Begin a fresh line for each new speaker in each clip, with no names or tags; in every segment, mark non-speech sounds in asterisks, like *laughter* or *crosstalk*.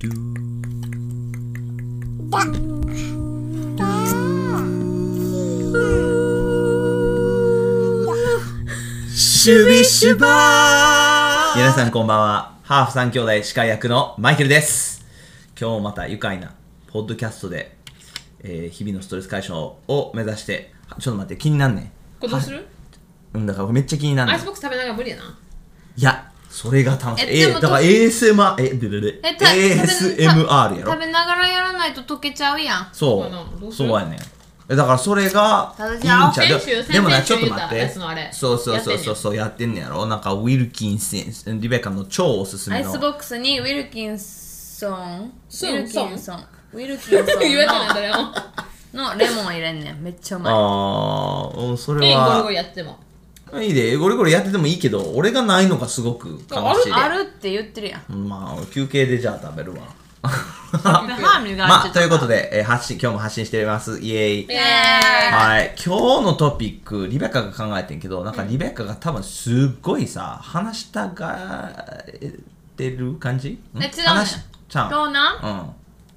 ドゥー
だだ
シュビシュバー皆さんこんばんは。ハーフ三兄弟司会役のマイケルです。今日もまた愉快なポッドキャストで、えー日々のストレス解消を目指して、あちょっと待って、気になんね
これどうする
ん。うん、だからめっちゃ気になんね
ア
ん
イス。ボックス食べながら無理やな。
いや、それが楽しい。
え
え
でも
だから
ど
ASMR、え、ブルル
えた食べ
ASMR やろ
食。べながらやらないと溶けちゃうやん
そ
そうなのど
う、
うする
そうやねん。えだからそれがいいんちゃう
先週
で
先
でもな、
々
ちょ
週
っと
言った
待って
やつのあれ。
そうそうそう
や
そう
って
そう、やってんねやろ。なんか、ウィルキンセン、リベカの超おすす
ア
め
イス
の。
ボックスにウィルキンソン
ソ
ウ
ン
ィルキンソンウィルキンソ
んねん *laughs* 言えたねん
ン
誰も。
ののレモン入れんねんめっちゃうまい
あー、うんそれ
いいゴリゴ
は
リ、やっても。
いいで、ゴリゴリやっててもいいけど、俺がないのがすごく悲しい
あ
で。
るって言ってるやん
まあ、休憩でじゃあ食べるわ。
*laughs* で歯磨いてた
まあ、ということで、えー発信、今日も発信しております。イエーイ
イ。エーイ
はい、今日のトピックリベッカが考えてんけどなんかリベッカが多分すっごいさ話したがってる感じん
え違うね
話しちゃう
どうなん
うんうん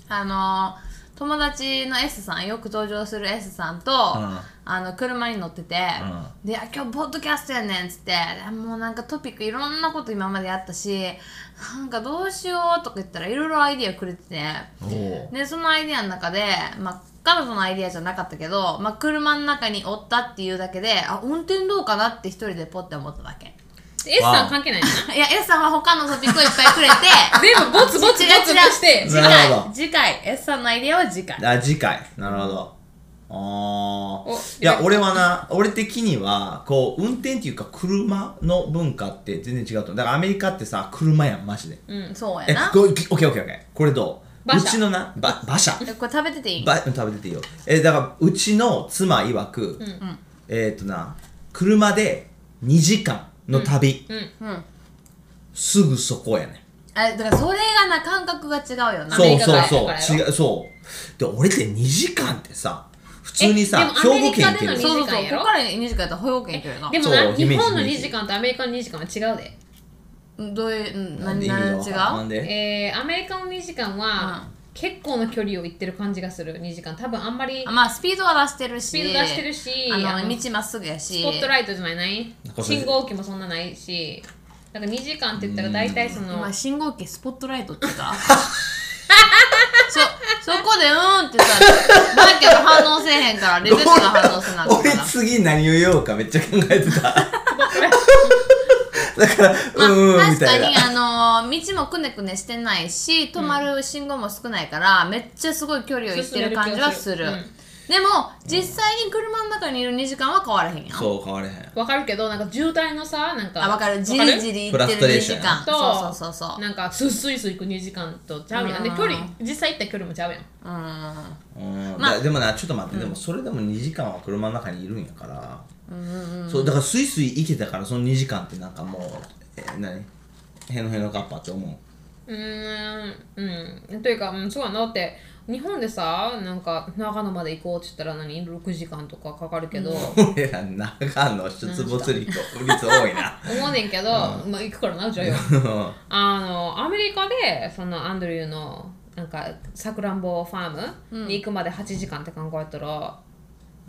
あのー友達の S さんよく登場する S さんと、あの車に乗ってて、であ今日ポッドキャストやねんっつってあもうなんかトピックいろんなこと今までやったしなんかどうしようとか言ったらいろいろアイディアくれてて
おー
でそのアイディアの中で、まあ、彼女のアイディアじゃなかったけど、まあ、車の中におったっていうだけであ運転どうかなって一人でポッて思っただけ。 *laughs*
で S さん関係ないねんな。
いや S さんは他のトピックをいっぱいくれて *laughs*
全部ボツボツボツ
違う違う
して
次
なるほ
回
ど
次回 S さんのアイディアは次回
あ次回なるほどあ
お
ーいや俺はな俺的にはこう運転っていうか車の文化って全然違うと思うだからアメリカってさ車やんマジで
うんそう
え
やな
ごオッケーオッケーオッケーこれどうう
馬車
ちのなば馬車
えこれ食べてていい
ば食べてていいよえだからうちの妻曰く、えっ、とな車で2時間の旅、
うん。
うん
すぐそこやね
あだからそれがな感覚が違うよな
アメ
そう
リカ
そう
から
そう違うそうで俺って2時間ってさ普通にさ
えでも
兵庫県行って
アメ
る
リ
そ
カでの
うそう
二時間
そうこ
やろ
こから2時間やったら保養券行けるな
でも
そう姫
な、日
路
本の
姫路
2時間とアメリカの2時間は違うで。
どういううん
なんで意
何
味
何
がわからんな
が違
ん
う
で
えー、アメリカの2時間は、結構の距離を行ってる感じがする、2時間。多分あんまり
あまあスピードは出してるし
スピード出してるし、
あ
あの
の道まっすぐやし
スポットライトじゃないない
なんかそれ
信号機もそんなないしだから2時間って言ったら大体その
今信号機スポットライトって言った *laughs* そそこでうーんって言ったらマイケル反応せえへんからレベルが反応せなあかんか
俺
ら
次何を言おうかめっちゃ考え
*laughs*
てただから、
まあ
うんうんみ
確
た
か
い
に
な
あのー道もくねくねしてないし止まる信号も少ないから、めっちゃすごい距離を行ってる感じはする
進める
でも実際に車の中にいる2時間は変わらへんやん
そう変われへん
わかるけどなんか渋滞のさなんか
あ分かるじりじり行ってる2時間
と
そうそうそうそう
なんかスースイスイ行く2時間とちゃうやんで距離実際行った距離もちゃうやん
うーん
うん
まあ
だでもなちょっと待って、でもそれでも2時間は車の中にいるんやから、そうだからスイスイ行けたからその2時間ってなんかもうえ何へのへのかっぱって思う *laughs*
うーんうんというか、うん、そうやなだって日本でさなんか長野まで行こうって言ったら何6時間とかかかるけど、
俺ら長野出没率率多いな
思うねんけど、まあ行くからなじゃあよ
うん
あのアメリカでそのアンドリューのなんかさくらんぼファームに行くまで8時間って考えたら、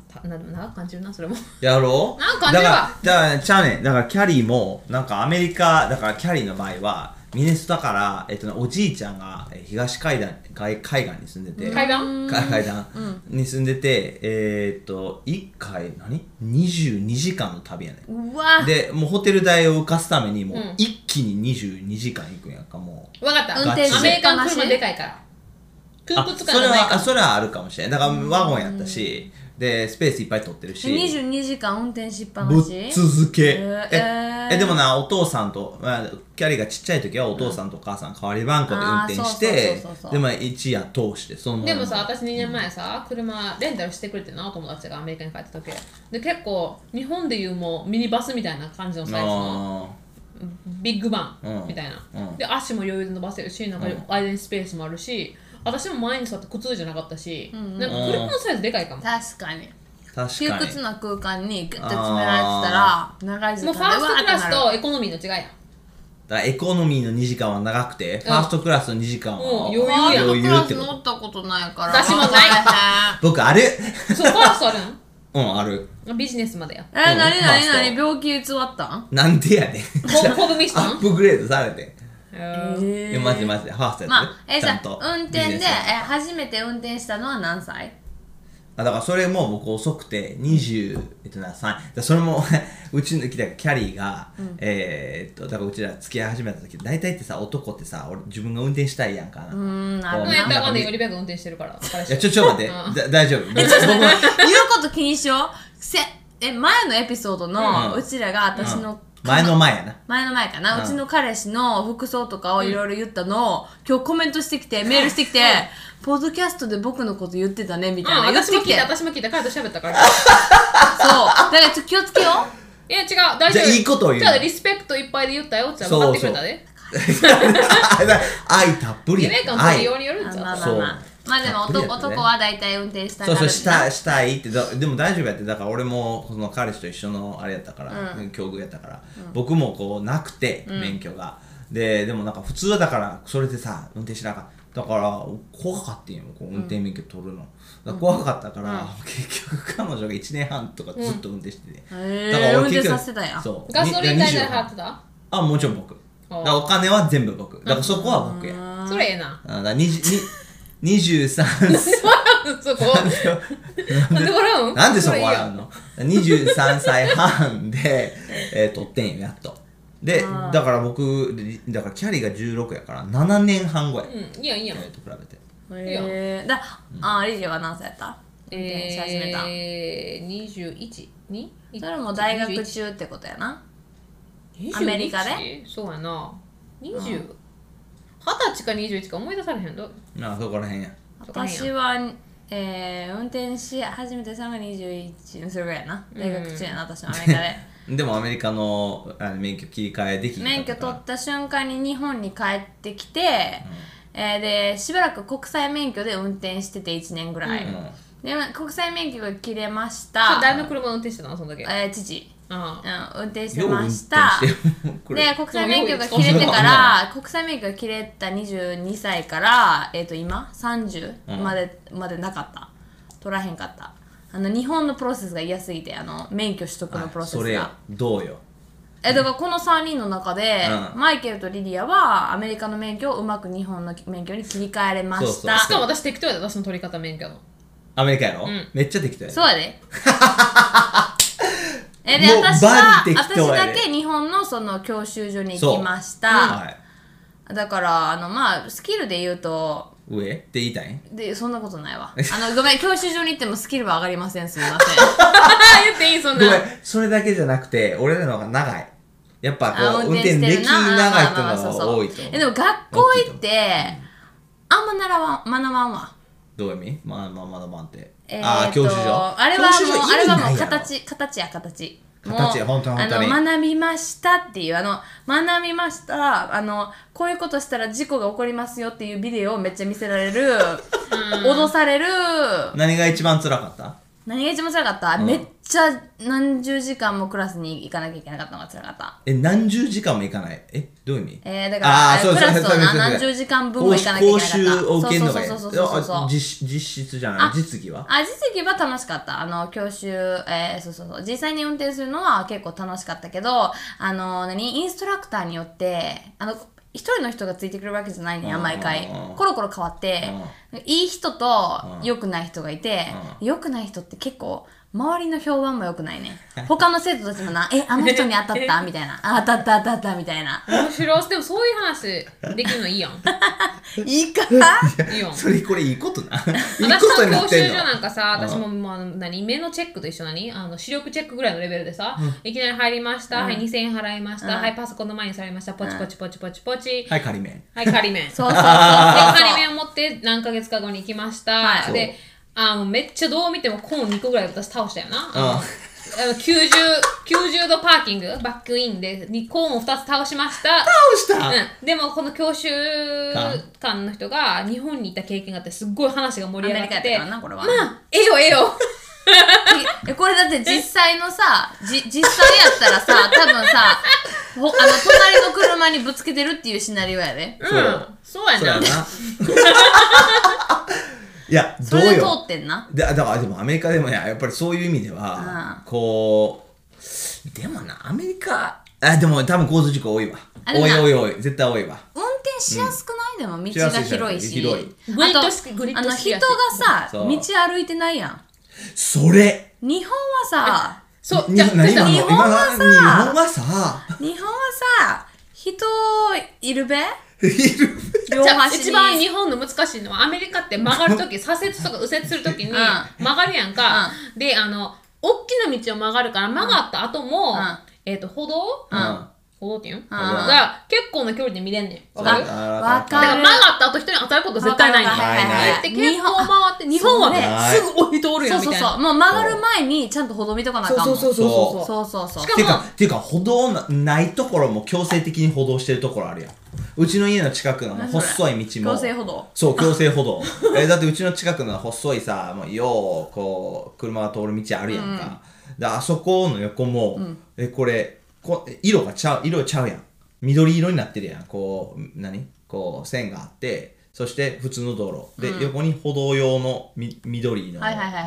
たな長く感じるなそれも
やろう
なんかあれは
だからだからちゃうねんだからキャリーもなんかアメリカだからキャリーの場合はミネソタから、えっとね、おじいちゃんがえ東海岸海海岸に住んでて
海岸
か階段に住んでて、えーっと1回何22時間の旅やね
うわ
んでもうホテル代を浮かすためにもううん一気に22時間行くんやんかもう
わかった
運
転
アメリカの
しっぱ
車
なし
でかいから空
あ
腹
それ
感がない
は
か
あ
ら
それはあるかもしれないだからワゴンやったしでスペースいっぱい取ってるし
22時間運転しっぱ
ぶ
な
っ
し
続け、
ー
え
えー
えでもなお父さんと、まあ、キャリーがちっちゃい時はお父さんとお母さん代わり番号で運転し
あー
て
そうそうそうそうそう
でまあ一夜通してそのまま
でもさ私2年前さ車レンタルしてくれてなお友達がアメリカに帰った時で結構日本でいうもうミニバスみたいな感じのサイズの
あ
ビッグバ
うん
ンみたいな、
うん
で足も余裕で伸ばせるしなんか
うん
間にスペースもあるし私も前に座って靴じゃなかったし、なんか
うん
車のサイズでかいかも、
確かに
ー確
窮
か
屈
に
な空間にグッと詰められてたら長い時
も
間
う
で
ファーストクラス
うわーってなる
とエコノミーの違いやん
だからエコノミーの2時間は長くて、ファーストクラスの2時間は
うん余裕
あ
や
ー
余
ク
裕
ラ
っ
ス
てこと
乗ったことないから
私もない
な
僕ある
そう、ファーストある
*laughs* うんある
のビジネスまでや。
えー、なになにな
う
に病気偽ったん
なんでやねん
コブミス
ア
タン
ップグレードされて
え
いやマジでマジでファーストや
ま
っ
あ
て、
えー、じ
ちゃ
ゃ
んと
あ運転
ビ
で、
ジ
え
ネスやって
ー初めて運転したのは何歳
あだからそれも僕遅くて20えっとな3だそれも *laughs* うちの来たキャリーが、えーっとだからうちら付き合い始めた時大体ってさ男ってさ俺自分が運転したいやんかな、
うーんな
あ
る
ー
ー、
な
だ
ん
か
から
ね、よりべが運転してるから。彼
い
氏
やちょちょ待って
うん
だ大丈夫僕は
言うこと気にしようせえ前のエピソードの、
う
うんちらが私
う
の、
ん前の前やな *laughs*
前の前かな、
う
うんちの彼氏の服装とかをいろいろ言ったのを、今日コメントしてきてメールしてきて「ポッドキャストで僕のこと言ってたね」みたいな、
うん、
言っ
私
て
も
き
聞い
て
た、私
そう
も聞いた、彼と喋ったから。
だからちょっと気をつけよう
いや、違う、大
じ
丈夫。
ゃあいいことを言う
じゃあ、リスペクトいっぱいで言ったよって分かってくれたで。
愛たっぷりや
夢かも
愛
ようによるん
あ
ち
ま
ゃ
あ
う。
まあまあまあでも
たっぷりや
男,、
ったね
男は大体運転した
そうそうした
し
したいってだでも大丈夫やってだから俺もその彼氏と一緒のあれやったから、境遇やったから、僕もこうなくて免許が、ででもなんか普通はだからそれでさ運転しなかっただから怖かったんよこう運転免許取るの、だから怖かったから、結局彼女が1年半とかずっと運転してて、
へー
だから
運転させたんや
そう
ガソリン代なら払
払
ってた
あもちろん僕
あー
だからお金は全部僕だからそこは僕や、
それええな。 *laughs*
あだから20に23歳
そこ。なんで笑うん
なんでそこ
れいい
笑
や
うの ?23 歳半で、えー、撮ってんよ、やっと。で、だから僕、りだからキャリーが16やから、7年半後や。
うん、いいやんいいやん
え。ーと比べて。
たへえだあリリは何歳やった運転し始めた、
えー、21? に
それも大学中ってことやなアメリカで
そうやな20二十、歳か21か思い出されへんど
まあ、そこらへんや。
そこらへんや
私は、えー運転し始めて3が21それぐらいやな大学中やな、私のアメリカで
でもアメリカのあの免許切り替えできんか
免
た
許
から
取った瞬間に日本に帰ってきて、えーでしばらく国際免許で運転してて1年ぐらい、
うん
で国際免許が切れまし
あ
た、
誰の車運転してたのその時あ
えー父、
あ
うん、運転して
よう運
ま
転
した
してるこれ
で国際免許が切れてから国際免許が切れた22歳から、えー、と今
う
30
ん
まで,、までなかった取らへんかったあの日本のプロセスが嫌すぎてあの免許取得のプロ
あ
セ
そ
ス
れよ
が。
どうよ。
えだからこの3人の中で、
うん
マイケルとリディアはアメリカの免許をうまく日本の免許に切り替えれました
そうそう
しかも私適当やった私の取り方免許の
*laughs* アメリカやろ、
ん
めっちゃ適当やろ
そうやで
*laughs*
えで
もう
私
バ
は
リ適当
私
やで
だけ日本のその教習所に
そ
行
う
きました、
はい。
だからあのまあスキルで言うと
上って言いたいん
でそんなことない
*laughs*
わあのごめん教習所に行ってもスキルは上がりませんすみません
言っていいそん
ごめん
な、
それだけじゃなくて、俺らの方が長い。やっぱこ
あ
う、運転でき長いって
まあまあまあ
の
そう
が
そ
多
う
いと思う。
えでも学校行ってあんま習わん学ばんわ
どういう意味まあまあまだまあって。
えー
ああ、
と
教習所。
あれは
教習所
もうあれは
意
も
味
う
ないやろ
形形や形もう
形本当に本当に
あの学びましたっていうあの学びましたあのこういうことしたら事故が起こりますよっていうビデオをめっちゃ見せられる脅される
何が一番辛かった
何が一番辛かった、めっちゃ何十時間もクラスに行かなきゃいけなかったのが辛かった。
え、何十時間も行かないえ、どういう意味
えー、だから、
あーそう
ク
そう
ラ
そ
ス
う
を
そう
な
そう
何十時間分も行かなきゃいけなかった。
講習を受けるのがいい
そうそうそうそうそう
あ
そう。
実実質じゃない実技は
あ、実技は楽しかった。あの、教習、えー、そうそうそう。実際に運転するのは結構楽しかったけど、あの、何インストラクターによって、あの、一人の人がついてくるわけじゃないね、
うんん
毎回。コロコロ変わって、いい人と良くない人がいて、良くない人って結構、周りの評判も良くないね。他の生徒たちもな、え、あの人に当たっ
*laughs*
たみたいな。あ当たった当たったみたいな。
面白いでもそういう話できるのいい
*laughs*
やん
いいか
いいやん
それこれいいことな。いい
私
ことに
の
なっ
教
てん
習
の
所なんかさ、私ももうあの何目のチェックと一緒なにあの視力チェックぐらいのレベルでさ、いきなり入りました、はい2000円払いました、はいパソコンの前に座りましたポチポチポチポチポチ、
はい、仮面。
はい仮面
そうそうそうそう。
で、仮面を持って何ヶ月か後に行きました。
はい
そう
で、あもうめっちゃどう見てもコーン2個ぐらい私倒したよな。
ん
あの90、90度パーキング、バックインで2コーンを2つ倒しました。
どうした
うん、でもこの教習官の人が日本に行った経験があってすっごい話が盛り上がっ
アメリカ
て
やったからなこれは
まあええよええよ
えこれだって実際のさじ実際やったらさ多分さほあの隣の車にぶつけてるっていうシナリオやで
そう
うんそうや
そうや
な
な *laughs* いや
そ
どう
れで通
よ
ってんな
でだからでもアメリカでもねやっぱりそういう意味では
う
こうでもなアメリカあでも多分交通事故多いわ
あれ
多い
な
多い多い絶対多いわ
運転しやすくない、でも道が広いし
しやすいし
あ
広い
と
グリッとしグリッ
あ
と
の
し
人
や
が
すい
さ
そ
道
う
歩いてないやん
それ
日本は
*laughs*
さ
そう、
に
じゃあ、
何
じゃあ
今の
日本はさ
今の日本はさ
日本はさ人いるべ
いる
両
じゃあ
端に
一番日本の難しいのはアメリカって曲がるとき左折とか右折するときに
うん
曲がるやんか、であの大きな道を曲がるから曲がった後も、
うん
えっ、と歩道、
うん
歩道っていうの
うん
が結構な距離で見れんねんわかるだか
あわ
わ
かる
ら曲がった後人に当たること絶対ないねん
わかるわかる
ないない
で結構回って日
日
本
本
は
ない
すぐお人おるや
そ
ん
う
み
そう
たい
そ
な
うもう曲がる前にちゃんと歩道見とかなあかんもん
そうそう
そうそうそう
し
ていうか、ていうか歩道なないところも強制的に歩道してるところあるやん。うちの家の近くのあの
何それ
細い道も。
強制歩道
そう、強制歩道。えだってうちの近くの細いさ、もうよう、こう、車が通る道あるやんか。で、あそこの横も、え、これこ、色がちゃう、色ちゃうやん。緑色になってるやん。こう、何こう、線があって、そして普通の道路。で、横に歩道用のみ緑の。
はいはいはいはい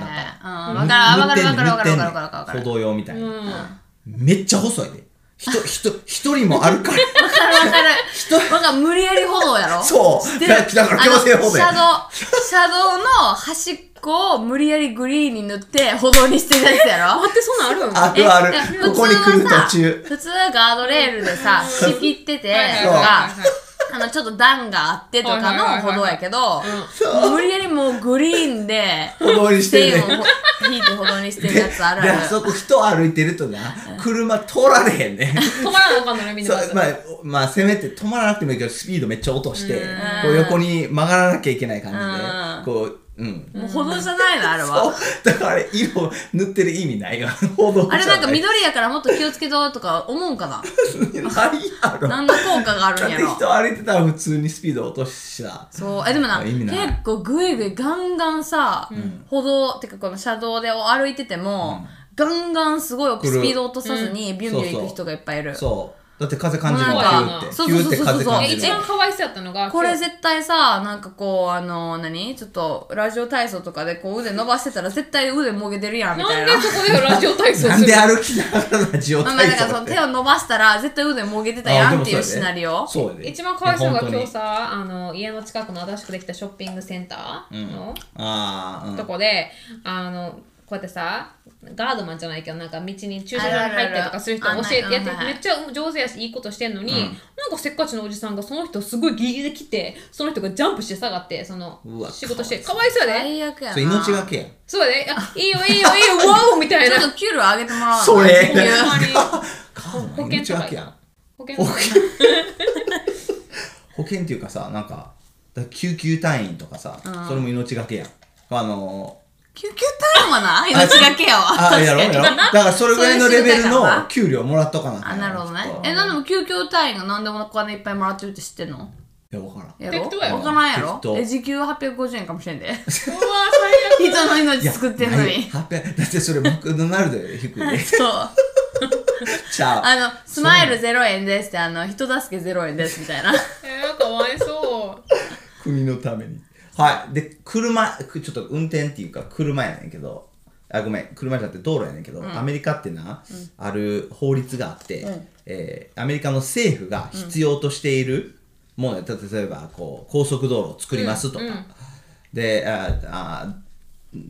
うん
なん
わかるわかるわかるわかるわかるわかるわか
塗ってんねん塗ってんねん
る
歩道用みたいな。
うん
めっちゃ細いで。ひと、ひと、一人もある
*laughs*
から。
わかるわかる。わかる無理やり歩道やろ
そう。
で
だだから強制歩道
あ
や。
の車道、車道の端っこを無理やりグリーンに塗って歩道にしてるやつや
*laughs*
ろ
待ってそんなんあるよね
あるある
え普通。
ここに来る
はさ
途中。
普通ガードレールでさ、仕切ってて
はいはい
と
はい
か
はい、
あの、ちょっと段があってとかの歩道やけど、無理やりもうグリーンで、
歩道にしてる
線
ね
をほ引いて歩道にして
で、
るやつある
で、
あ
あ
る。
そこ人歩いてるとな、車通られへん
*laughs*
ね。
止まらなあかんのねみんな
そう
まず
まあ、まあ、せめて止まらなくてもいいけど、スピードめっちゃ落として、こう横に曲がらなきゃいけない感じで、こう、うん。
もう歩道じゃないの、あれは。
*laughs* だからあれ、色塗ってる意味ないよ。歩道じゃ
あれなんか
ない
緑やからもっと気をつけととか思うんか
*laughs*
な
ないやろ。だ
何の効果がある
っ
んや
て
ろ
人歩いてたら普通にスピード落としてさ。
そう、え、でもな、
あ意味
結
ない
構グイグイガンガンさ、歩道、てかこの車道で歩いてても、ガンガンすごい
来る
スピード落とさずに、ビュンビュン行く人がいっぱいいる。
そう。だって風感じる
もう
なん
わヒュー
か、
って。
そう
ヒ
そ
ューっ
うそう
て
そう
風感
え
じる
一番かわいそうやったのが
これ
今日
絶対さ、なんかこう、あの、何ちょっと、ラジオ体操とかでこう腕伸ばしてたら絶対腕もげてるやん、みた
ないん
な。
でそこでラジオ体操する
なんで歩きながらラジオ
まあまあ
体
だから
操
そ
っ
の
て
手。を伸ばしたら絶対腕もげてたやんっていうシナリオ。
そうやで
一番かわいそうなの
い
が
や本
今日
当に
さあの家の近くの新しくできたショッピングセンターの、
ああ、うん
とこであのこうやってさガードマンじゃないけどなんか道に駐車場
あ
に
るある
入ったりとかする人
ある
教
ある
えてやって
はいはい
めっちゃ上手やしいいことしてんのに、なんかせっかちのおじさんがその人すごいギリギリで来てその人がジャンプして下がってその
うわ
仕事してかわいそうやで
最悪やな。
そう命がけやん。
そうやであいいよいいよいいよワオみたい
ち
な
ょっと給料上げてもらわな
それ
っていう
ほんまに
か
保険
*laughs* 命
とか
がけやん。
保険
保険保険っていうかさ、なんか、だから救急隊員とかさ、それも命がけやん。あの
救急隊員はな、命がけやわ。
ー、あ、やろやろ。だからそれぐらいのレベル
そういう仕事やから
の
な
給料もらっとかなあか
あ、
んや
なんるほどね
きっ。と
え、なんでも救急隊員がなんでもお金いっぱいもらってるって知ってんの
いや、わからん。
やろ
適当やろ
わからんや
適
ろ
当
え、時給850円かもしれんで。 *laughs*
うわ最悪
人の命救ってんの
ない
に。
800だってそれマクドナルドより低いで。
そう。
ちゃう。
*laughs* あの、スマイル0円ですって、あの、人助け0円ですみ
*laughs*
たいな。
えー、かわいそう
国のためにはいで車くちょっと運転っていうか車やねんけどあごめん車じゃなくて道路やねんけど、アメリカってな、ある法律があって、えーアメリカの政府が必要としているものやた例えばこう高速道路を作りますとか、でああ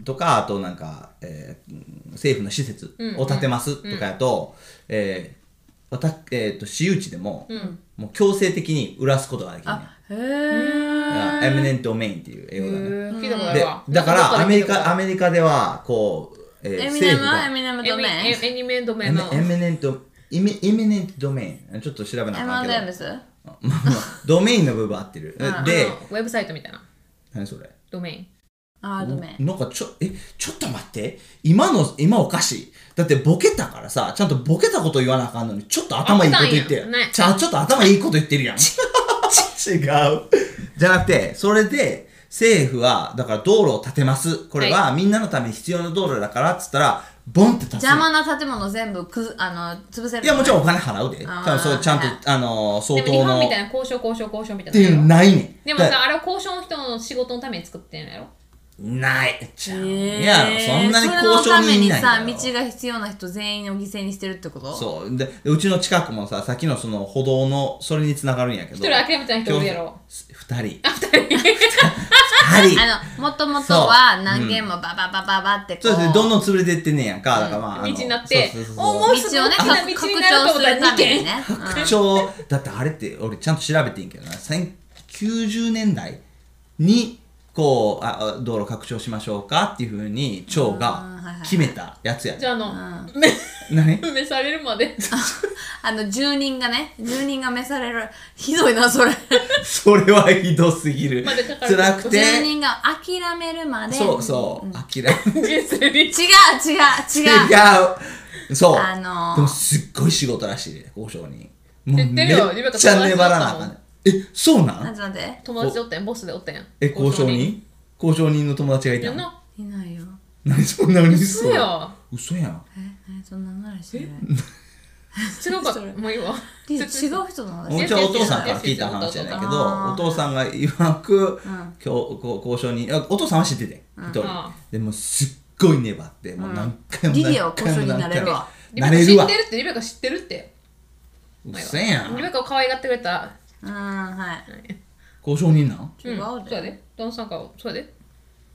とかあとなんか、えーうん政府の施設を建てますとかやと、えーわたえーと私有地でも、もう強制的に売らすことができる、ねん、
へー。
エミネントメインっていう英語だね。
聞いたことない
で
わ、
だからアメリカ、ア
メ
メリカでは、こう、えー
エミネ
政
ム
府
はエ
が
ミネム
リ
ド
カ
メイン。エ
エニメンドメ
エ
ン
ミ
の
エミネント、イミエミネントドメイン。ちょっと調べなあ
ミ
かん
ネ
け
ム
ど、
ス
まあまあドメインの部分合ってる。で
あ、のウェブサイトみたいな
何それ
ドメイン
あー、ドメイン。
なんかちょ、え、ちょっと待って。今の、今おかしい。だってボケたからさ、ちゃんとボケたこと言わなあかんのに、ちょっと頭いいこと言って
あったんやね。
ちゃ、ちょっと頭いいこと言ってるやん。違う。じゃなくて、それで、政府は、だから道路を建てます。これはみんなのために必要な道路だからっつったら、ボンって建つ。
邪魔な建物全部くずあの潰せる
いや、もちろんお
ん
金払うで。
あー
多分そうちゃんと
はい、
あのー、相
でも日
当
本
の。
み
った
いな交渉交渉交渉みたい
てい
なのや
う
ろ
のないねん。
でもさ
だ
あれは交渉の人の仕事のために作ってんのやろ
ない。
え
いやそんなに交渉人いないんだよ
それのためにさ道が必要な人全員を犠牲にしてるってこと
そう。で、うちの近くもさ、さっきのその歩道の、それにつながるんやけど。
一人諦めた人おるやろ
二人。二人。
*laughs* あのもともとは何軒もバババババってこう、
そうですね、どんどん潰れてってんねんやんか。だからまああの。
道になって
そうそうそう
おもうすぐ
道をね
大きな道
拡
になると思ったら2
拡張するために
軒
ねうん
拡張、だってあれって俺ちゃんと調べてんけどな。90年代に、こうあ、あ道路拡張しましょうかっていうふうに、町が
うんはいはい
決めたやつや。
じゃああの、
う
め
何 *laughs*
召されるまで
あの住人がね住人が召される *laughs* ひどいなそれ
それはひどすぎる
まだか。かる
辛く
住
て、
人が諦めるまで
そうそう、諦め
人生に *laughs*
違う違う違う
違う。そう。
あのー
でもすっごい仕事らしいで、交渉に。もう
言って
め
るよ
っちゃ粘らなあかんねん。え、そうな
なんんと待って
友達おったやんボスでおったやん
え、交渉人交渉人の友達がい
い
た
や
の
ない
ないよ
何そんなに嘘
そうよ
嘘やん。
え何そんな話してる
違うか
それ
もういいわ
違う
説明
人の
も
話
ちろんお父さんから聞いた話やねんけど、お父さんがいわく、きょこう交渉人、あお父さんは知ってて、一人
ああ。
でもすっごい粘って、もう何回も
リベ
何
は
回も
交渉人
何
になれ
回
る
も
わ。
リベ
な
カ知
れ
っ
るわ
て。るってリベカ知ってるって
嘘や
リ
ん。
ベカを可愛がってくれた
うんはい
交渉人なん
違う
そうや
で
で旦那さんからそうやで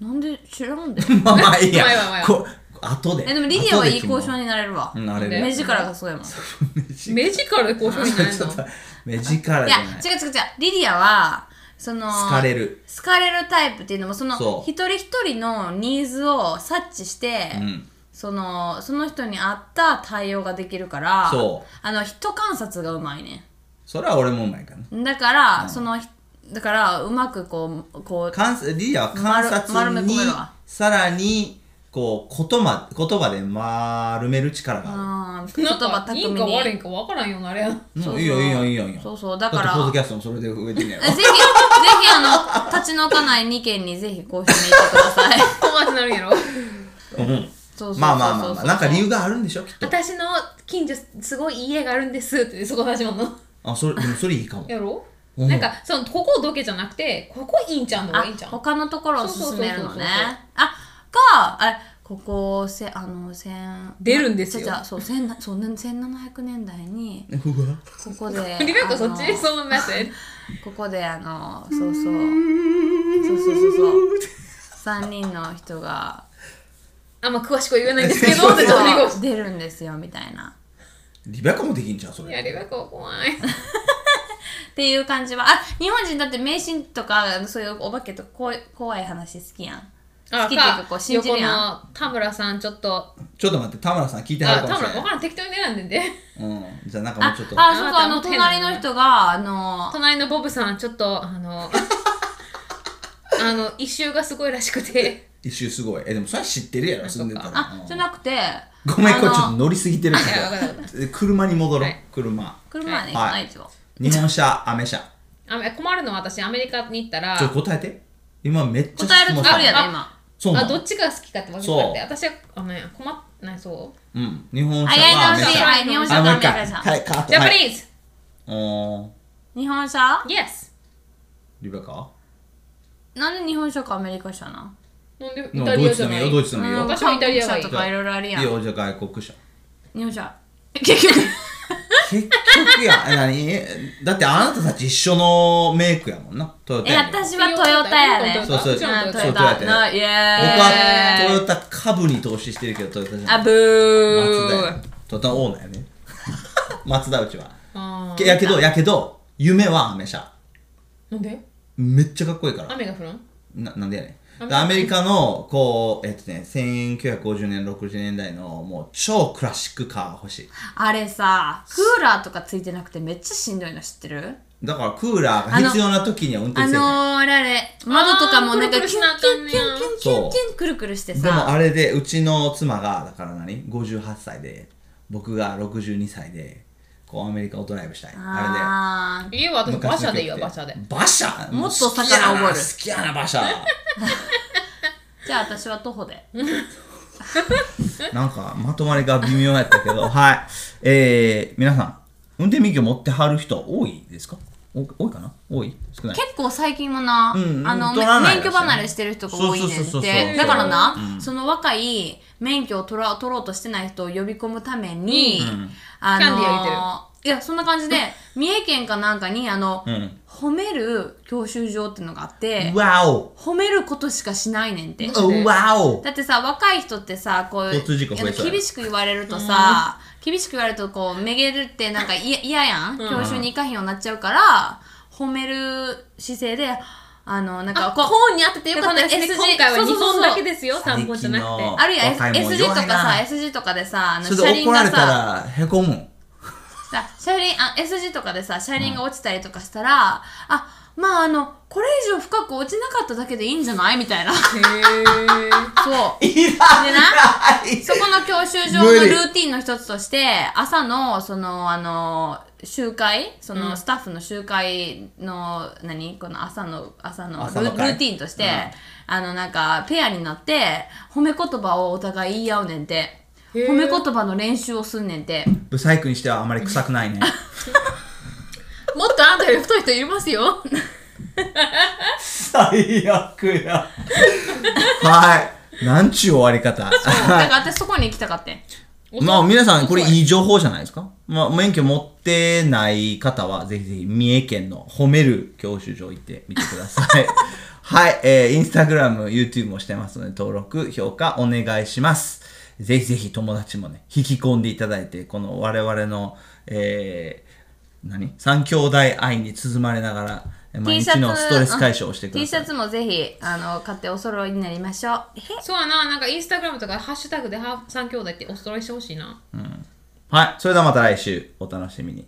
なんで知らんで
まあ *laughs* まあいいや
まあまあまあ。
こ後で。
えでもリディアはい
後で
い
決ま
交
る
渉になれるわ
うんなれる。
目力がすごいもんい
*laughs*
目力で交渉になる *laughs*
ちょっと
の
目力じ
や
ゃない。
違う違う違うリディアはその
好かれる。
好かれるタイプっていうのもその
そう
一人一人のニーズを察知して、
うん。
そのその人に合った対応ができるから
そう
あの人観察がうまいね
それは俺もうまいからね。
だから、そのひだからうまくこうこう
観察リーダーは観
丸
察
丸め
に
込めるわ
さらにこう言葉言葉で丸める力がある。
あー言
な
葉
んか
巧
い
み
いん
に
か悪いんか分からんようになれや *laughs* ん
うん
そう
いいよいいよいいよいいよ。
そうそうだから
ってポッドキャストもそれで増えてんねやろ
えぜひぜひあの立ち退かない2軒にぜひ交渉に行ってくださ
*laughs*
い
友達になるんやろ
うん
そうそうそうそう
まあまあまあまあなんか理由があるんでしょきっと。
私の近所すごいいい家があるんですってそこ始まんの
あそれでもそれいいかも。
やろ
うん
なんかそのここどけじゃなくてここいいんちゃうの
あ
がいいんちゃう
他のところを進め
そうそ
るの
うそうそうそう
ねあかあここせあの千
出るんですよ
じゃそう千なそうね1700年代に
うわ。
ここ
*laughs*
で
リベカそっ
あ
ち
の
そのメッセージ
ここであのそうそうそうそうそうそう3人の人が
*laughs* あんま詳しくは言えないんですけど
そう
ってちょっとリベカ
出るんですよみたいな
リベカもできんじゃんそ
いやリ
れ。
ベカは怖い
っていう感じはあ日本人だって迷信とかそういうお化けとか怖い怖い話好きやん
あ
好きっていうかこう信じるやん
横の田村さんちょっとあ
ちょっと待って田村さん聞いては
田
るかもし
村
れ
分からん適当に選んでんで
ない。うんじゃあなんかも
あ
うちょっと。
あそうそうあ
あなた持
の
ってんの
隣の人があの
隣のボブさんちょっとあのあの一周がすごいらしくて
一周すごい。え、でもそれは知ってるやろ、住んでたら。
あじゃなくて
うんごめん、
あ
これ
の
ちょっと乗りすぎてるけ
いやわかる
ど。車に戻ろう
はい、
車。
車はね行か
は
ない
い
一応
日本車、アメ車。
あ困るのは私アメリカに行ったら
ちょ、答えて。今めっちゃ
答えるつもりや
ね
ね
あ
今
そうな
あ
の
どっちが好きかってわけじゃなくて私はあのね困っないそう
うん。日本
あ
車
やり
はアメ
直し
車。
はい日本車とア
あ
メ
もう
リ
一回
カ車
はい、カート。
ジャパ
は
ニ
い
ーズ
おー、
日本車
イエス
リベカ
なんで日本車かアメリカ車な
なんでイ
ド
タリ
イ
ア
ツ
じ
で
ゃ
もい
ないい
よ、ドイツでもいい
うん
よ。
私はイタリアがいい
韓国車とかいろいろある
い
やん
い
日
よ、じゃあ外国車。
本車結局
結局や、 *laughs* え何だってあなたたち一緒のメイクやもんな、トヨタ
え
やもん。
私はトヨタやね
そうそう
もちろん
あ
ト
ト
ヨ
ヨ
そうトヨ
タ
タや
なイエ
僕はト
ーイ
ヨタ株に投資してるけど、トヨタじゃない。
あブ
松田や
ー
トヨタオーナーやね *laughs* 松田うちは
あ
けやけどやけど夢はアメ車
ーなんで
めっちゃかっこいいから
雨が降るん
ななんでやねん
雨
でアメリカのこうえっとね1950年60年代のもう超クラシックカー欲しい
あれさクーラーとかついてなくてめっちゃしんどいの知ってる
だからクーラーが必要な時には運転
あ
せえへん、
のー、あれあれ窓とかもなんか
あーくるく
キュ
る
ン
し
キ
な
ュ
あかん
ン
ねや
キュンキュンキュンキュンくるくるして
でも
さ
あれでうちの妻がだから何58歳で僕が62歳でこうアメリカをドライブしたいあ
あー
いいよ、
れ
私、
で
馬
昔の
車
曲
でいい
っ
よ、
て
馬車で。
馬車
もっと魚覚える
好きやな好きやな馬車
じゃあ私は徒歩で
なんかまとまりが微妙やったけど *laughs* はいえー、皆さん運転免許持ってはる人多いですかお多いかな多い少ない
結構最近はな、
うん
あの
取らない
免許離れしてる人が多いねん
そうそうそうそうそ
っ
う
てだからな、その若い免許を取ら取ろうとしてない人を呼び込むために、あの
キャンディーあげてる
いやそんな感じで三重県かなんかにあの、
うん
褒める教習所っていうのがあって
わお
褒めることしかしないねんて。
うわお
だってさ若い人ってさこう
交通事故増えそうやろ
厳しく言われるとさ厳しく言われるとこうめげるってなんかい *laughs* 嫌やん教習に行かへんようになっちゃうから褒める姿勢であのなんかこう
本に当ててよかったですね。
でこの SG
今回は
そう
日
そうそう
本だけですよ、3本じゃな
最
く
近
て。
の
あるいは
若いもん
S S 字とか
弱い
さ
な
S 字とかでさあの
そ
車
れで
輪
怒ら
が
れた
さ
らへこむん
だ車輪あ S 字とかでさ車輪が落ちたりとかしたら、あまああのこれ以上深く落ちなかっただけでいいんじゃないみたいなそ
へ
う
ー
*laughs* いらない
そこの教習所の
無理
ルーティンの一つとして、朝の、その、あの、集会、その、スタッフの集会の、何この朝の、朝の
朝
ル
の
ル
会
ーティンとして、
うん
あの、なんか、ペアになって、褒め言葉をお互い言い合うねんて。
へー
褒め言葉の練習をすんね
*laughs*
んて。
*laughs* ブサイクにしてはあまり臭くないね
もっとあんたより太い人いますよ。
*laughs* 最悪や *laughs* はいなんちゅう終わり
*laughs*
方
だから私そこに行きたかったん。
まあ皆さんこれいい情報じゃないですか、まあ、免許持ってない方はぜひぜひ三重県の褒める教習所行ってみてくださ
*laughs*
いはい、えー、インスタグラム YouTube もしてますので登録評価お願いしますぜひぜひ友達もね引き込んでいただいてこの我々のえー、何三兄弟愛に包まれながらえー
T
毎
シャ
日
ツ
のストレス解消をしてくだ
T シ
さい、
ャツもぜひ、あの、買ってお揃いになりましょう。
そうやな、なんかインスタグラムとかハッシュタグでハーフ3兄弟ってお揃いしてほしいな。
はいそれではまた来週お楽しみに